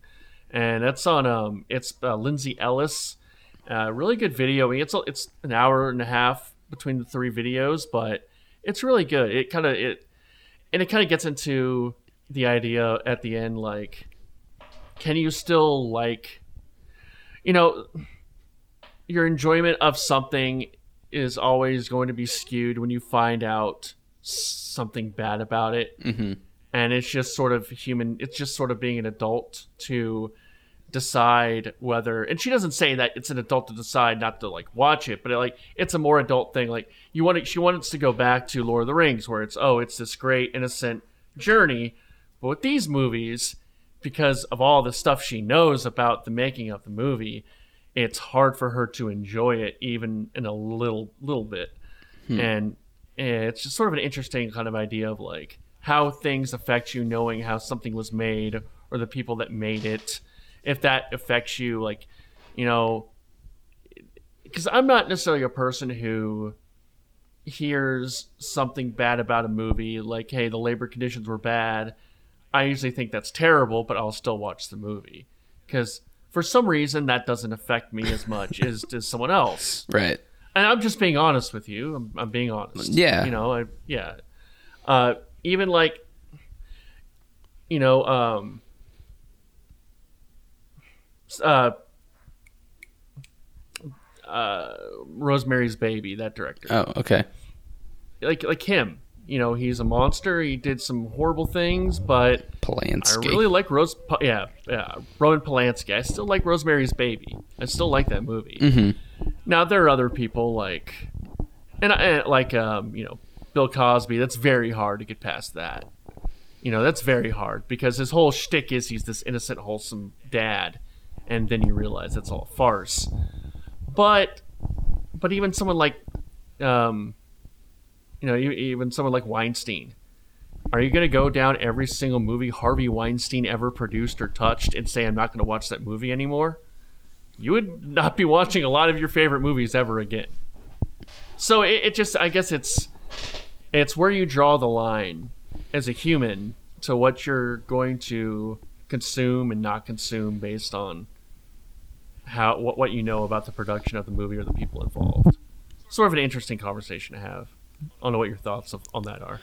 and that's on um, it's uh, Lindsay Ellis. Uh, really good video. I mean, it's a, it's an hour and a half between the three videos, but it's really good. It kind of it, and it kind of gets into the idea at the end, like, can you still like, you know, your enjoyment of something is always going to be skewed when you find out something bad about it hmm and it's just sort of human it's just sort of being an adult to decide whether and she doesn't say that it's an adult to decide not to like watch it but it, like it's a more adult thing like you want it, she wants to go back to lord of the rings where it's oh it's this great innocent journey but with these movies because of all the stuff she knows about the making of the movie it's hard for her to enjoy it even in a little little bit and eh, it's just sort of an interesting kind of idea of like how things affect you knowing how something was made or the people that made it if that affects you like you know because i'm not necessarily a person who hears something bad about a movie like hey the labor conditions were bad i usually think that's terrible but i'll still watch the movie because for some reason that doesn't affect me as much as does someone else right. and I'm just being honest with you. I'm, I'm being honest. Yeah. You know, I, yeah. Uh, even like, you know, um, s- uh, uh, Rosemary's Baby, that director, Oh okay, like like him. You know, he's a monster. He did some horrible things, but I Polanski. really like Rose. Pa- Yeah, yeah, Roman Polanski. I still like Rosemary's Baby. I still like that movie. Mhm. Now there are other people like, and, I- and like um, you know, Bill Cosby. That's very hard to get past that. You know, that's very hard because his whole shtick is he's this innocent, wholesome dad, and then you realize that's all a farce. But, but even someone like, um, you know, e- even someone like Weinstein. Are you going to go down every single movie Harvey Weinstein ever produced or touched and say, I'm not going to watch that movie anymore? You would not be watching a lot of your favorite movies ever again. So it, it just, I guess it's, it's where you draw the line as a human to what you're going to consume and not consume based on how what, what you know about the production of the movie or the people involved. Sort of an interesting conversation to have. I don't know what your thoughts of, on that are.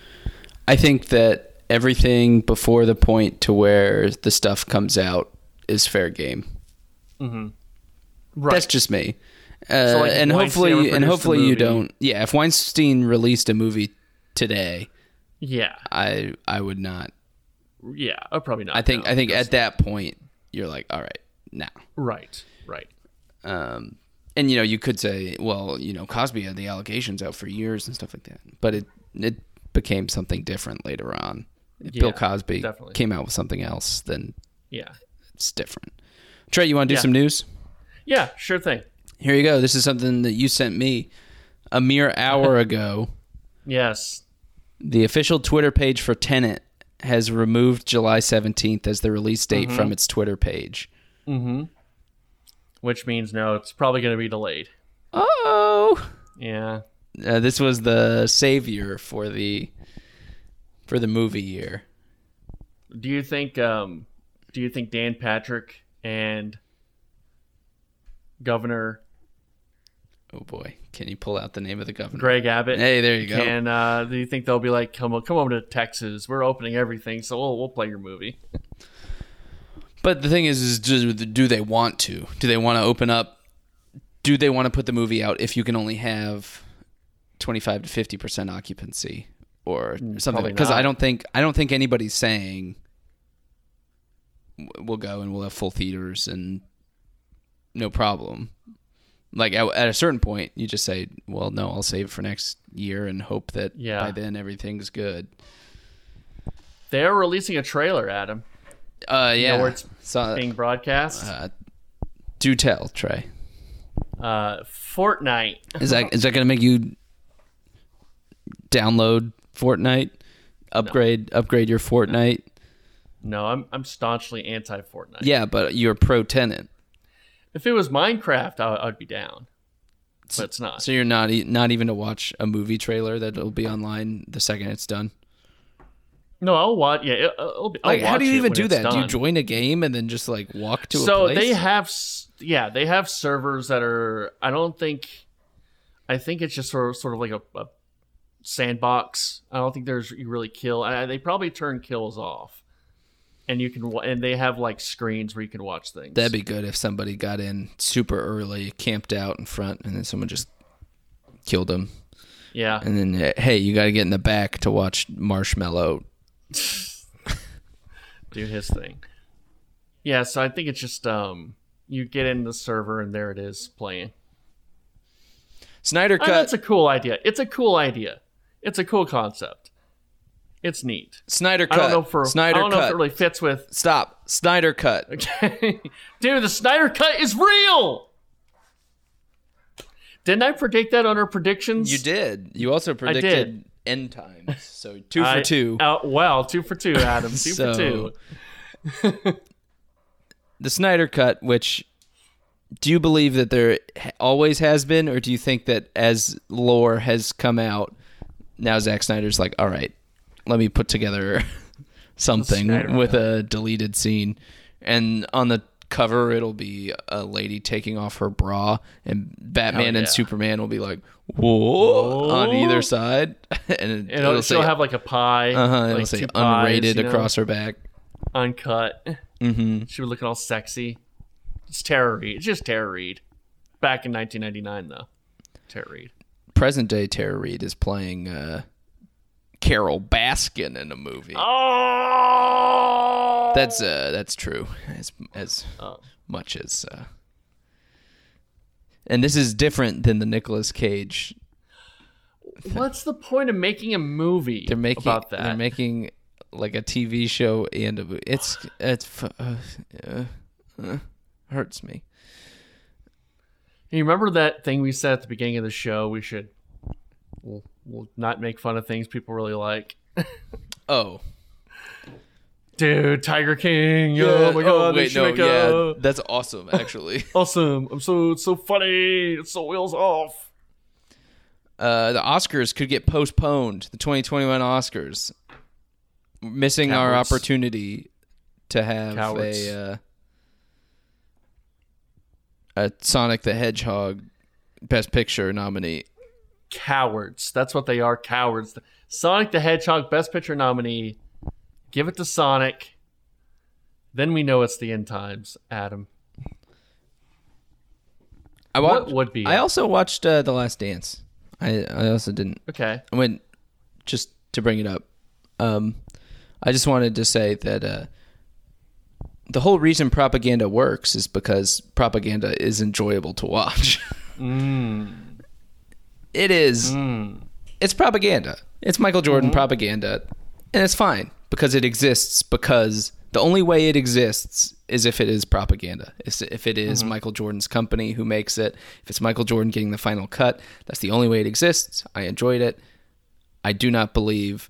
I think that everything before the point to where the stuff comes out is fair game. Right. That's just me. Uh, like, if and Weinstein hopefully, and produced the hopefully you movie- don't. Yeah, if Weinstein released a movie today, yeah. I I would not. Yeah. Oh, probably not. I think no. I think at that point you're like, all right, now. Right. Right. Um, and you know, you could say, well, you know, Cosby had the allegations out for years and stuff like that, but it it became something different later on. If Bill Yeah, Cosby definitely. came out with something else, then Yeah. it's different. Trey, you want to do Yeah. some news? Yeah. Sure thing. Here you go. This is something that you sent me a mere hour ago. Yes. The official Twitter page for Tenet has removed July 17th as the release date from its Twitter page. Mm-hmm. Which means no, it's probably going to be delayed. Oh. Yeah. Uh, this was the savior for the for the movie year. Do you think um do you think Dan Patrick and Governor Oh boy, can you pull out the name of the governor? Greg Abbott Hey, there you go. can uh do you think they'll be like come on come over to Texas. We're opening everything, so we'll we'll play your movie. But the thing is, is do, do they want to? Do they want to open up? Do they want to put the movie out if you can only have twenty five to fifty percent occupancy or something? Mm, probably Because not. I don't think I don't think anybody's saying "W- we'll go and we'll have full theaters and no problem. Like at, at a certain point, you just say, "Well, no, I'll save it for next year and hope that Yeah. by then everything's good." They're releasing a trailer, Adam, Uh, yeah. where it's So- being broadcast. uh, do tell, Trey. Uh Fortnite. Is that is that gonna make you download Fortnite? Upgrade upgrade your Fortnite. No, I'm I'm staunchly anti Fortnite. Yeah, but you're pro tenant, If it was Minecraft, I, I'd be down. But it's not. so you're not e- not even to watch a movie trailer that'll be online the second it's done. No, I'll watch. Yeah, it, it'll be. I'll Like, how do watch you it even when do it's that? Do you done. join a game and then just like walk to so a place? they have s- yeah they have servers that are i don't think i think it's just sort of, sort of like a, a sandbox i don't think there's you really kill I, they probably turn kills off and you can wa- and they have like screens where you can watch things That'd be good if somebody got in super early, camped out in front, and then someone just killed them. yeah And then eh, hey, you got to get in the back to watch Marshmallow. do his thing yeah so i think it's just um you get in the server and there it is playing Snyder I mean, cut. it's a cool idea it's a cool idea it's a cool concept it's neat Snyder I cut. don't know for Snyder I don't know cut. if it really fits with Stop. Snyder cut. Okay. Dude, the Snyder Cut is real! Didn't I predict that on our predictions? You did. You also predicted end times. So two I- for two. Uh, well, two for two, Adam. Two So- for two. the Snyder cut, which do you believe that there ha- always has been, or do you think that as lore has come out, now Zack Snyder's like, all right, let me put together something with a deleted scene, and on the cover it'll be a lady taking off her bra, and Batman and yeah. Superman will be like, whoa, on either side, and And it'll, it'll she'll say have like a pie. Uh huh. like it'll say two pies, unrated you know, across her back. Uncut. Mm-hmm. She was looking all sexy. It's Tara Reid. It's just Tara Reid. Back in 1999, though. Tara Reid. Present day Tara Reid is playing uh, Carol Baskin in a movie. Oh! That's uh, that's true. As as much as. Uh, and this is different than the Nicolas Cage. What's the point of making a movie They're making about that? They're making like a TV show and a movie. It's it's f- uh, uh, uh, hurts me. You remember that thing we said at the beginning of the show? We should we'll, we'll not make fun of things people really like. Oh, Dude, Tiger King. oh my god, they wait, should no, make a- yeah, that's awesome actually. awesome. I'm so it's so funny. It's so wheels off. uh, the Oscars could get postponed. The 2021 Oscars, missing our Cowards. opportunity to have Cowards. a uh, a Sonic the Hedgehog Best Picture nominee. Cowards. That's what they are. Cowards. Sonic the Hedgehog Best Picture nominee Give it to Sonic. Then we know it's the end times, Adam. I What watched. would be? I it? also watched uh, The Last Dance. I I also didn't. okay. I went just to bring it up. Um, I just wanted to say that uh, the whole reason propaganda works is because propaganda is enjoyable to watch. It is. It's propaganda. It's Michael Jordan propaganda, and it's fine because it exists. Because the only way it exists is if it is propaganda. Is if it is Michael Jordan's company who makes it. If it's Michael Jordan getting the final cut, that's the only way it exists. I enjoyed it. I do not believe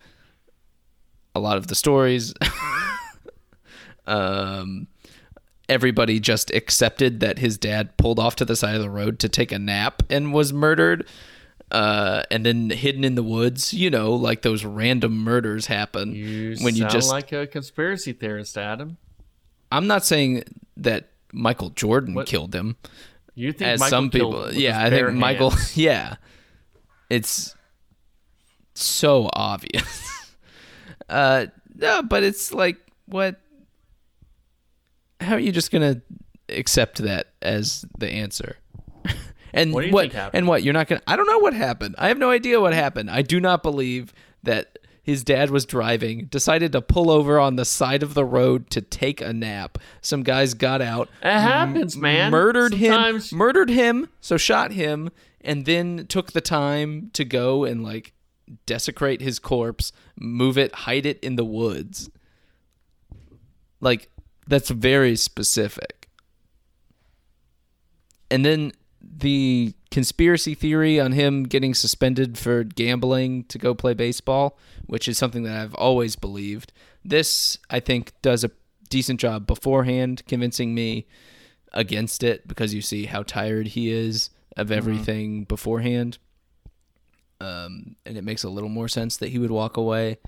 a lot of the stories. um, everybody just accepted that his dad pulled off to the side of the road to take a nap and was murdered uh, and then hidden in the woods you know like those random murders happen You when sound you just like a conspiracy theorist, Adam. i'm not saying that michael jordan killed him You think as Michael some killed people with his yeah i think bare michael hands. yeah it's so obvious uh no but it's like what how are you just gonna accept that as the answer and What what, do you think happened? and what you're not gonna i don't know what happened i have no idea what happened i do not believe that his dad was driving decided to pull over on the side of the road to take a nap some guys got out It happens, man. murdered Sometimes- him murdered him so shot him and then took the time to go and like desecrate his corpse move it hide it in the woods like that's very specific and then the conspiracy theory on him getting suspended for gambling to go play baseball, which is something that I've always believed. This, I think, does a decent job beforehand convincing me against it because you see how tired he is of everything beforehand. Um, and it makes a little more sense that he would walk away.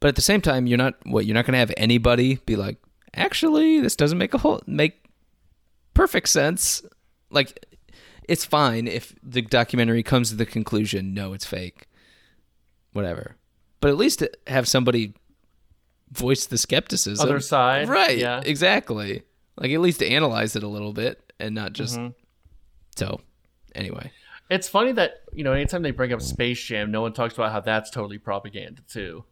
But at the same time, you're not what you're not going to have anybody be like, actually, this doesn't make a whole make perfect sense. Like, it's fine if the documentary comes to the conclusion, no, it's fake, whatever. But at least have somebody voice the skepticism. Other side, right? yeah. exactly. Like at least analyze it a little bit and not just. Mm-hmm. So, anyway, It's funny that you know anytime they bring up Space Jam, no one talks about how that's totally propaganda too.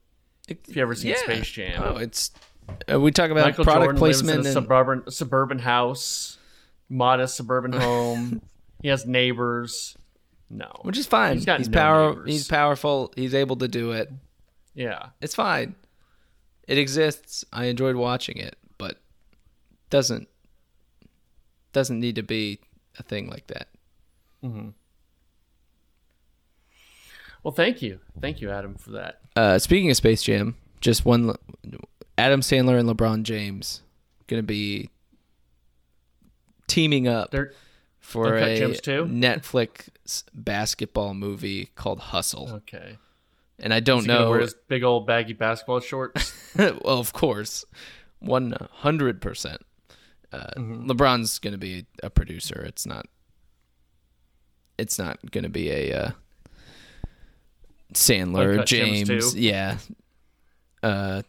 If you ever seen Space Jam, Oh, it's uh, we talk about Michael product Jordan placement lives in a and suburban suburban house, modest suburban home. he has neighbors. No, which is fine. He's got he's no power. neighbors. He's powerful. He's able to do it. yeah, It's fine. It exists. I enjoyed watching it, but doesn't doesn't need to be a thing like that. Well, thank you, thank you, Adam, for that. Uh, speaking of Space Jam, just one. Adam Sandler and LeBron James gonna be teaming up They're for Uncut a Gems 2? Netflix basketball movie called Hustle, okay. and I don't He's gonna know. wear his big old baggy basketball shorts. well, of course, one hundred percent. Uh, Mm-hmm. LeBron's going to be a producer. It's not. It's not going to be a uh, Sandler Uncut Gems James. too. Yeah. Uh,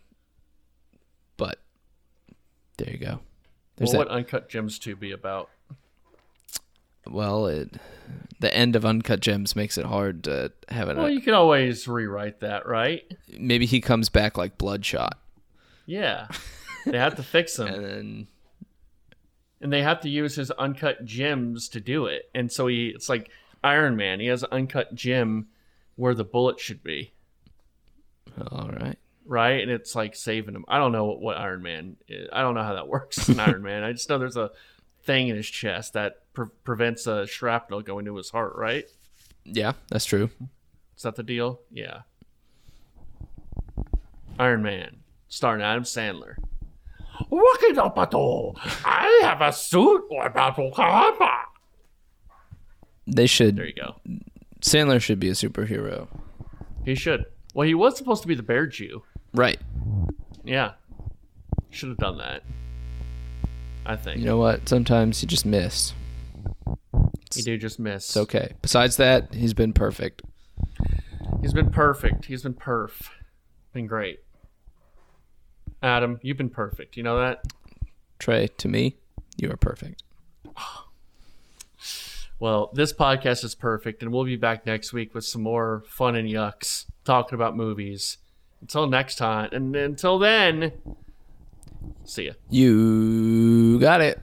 but there you go. There's what would that. Uncut Gems two be about? Well, it the end of Uncut Gems makes it hard to have it. Well, you can always rewrite that, right? maybe he comes back like Bloodshot, Yeah, they have to fix him. and then and they have to use his uncut gems to do it. And so he, it's like Iron Man. He has an uncut gem where the bullet should be, all right. right? And it's like saving him. I don't know what, what Iron Man. Is. I don't know how that works in Iron Man. I just know there's a thing in his chest that pre- prevents a shrapnel going to his heart, right? Yeah, that's true. Is that the deal? Yeah. Iron Man, starring Adam Sandler. Look it up at all. I have a suit or battle armor. They should. There you go. Sandler should be a superhero. He should. Well, he was supposed to be the bear Jew. Right. Yeah. Should have done that. I think. You know what? Sometimes you just miss. you do just miss. It's okay. Besides that, he's been perfect. He's been perfect. He's been perf. Been great. Adam, you've been perfect. You know that? Trey, to me, you are perfect. Well, this podcast is perfect, and we'll be back next week with some more fun and yucks talking about movies. Until next time, and until then, see ya. You got it.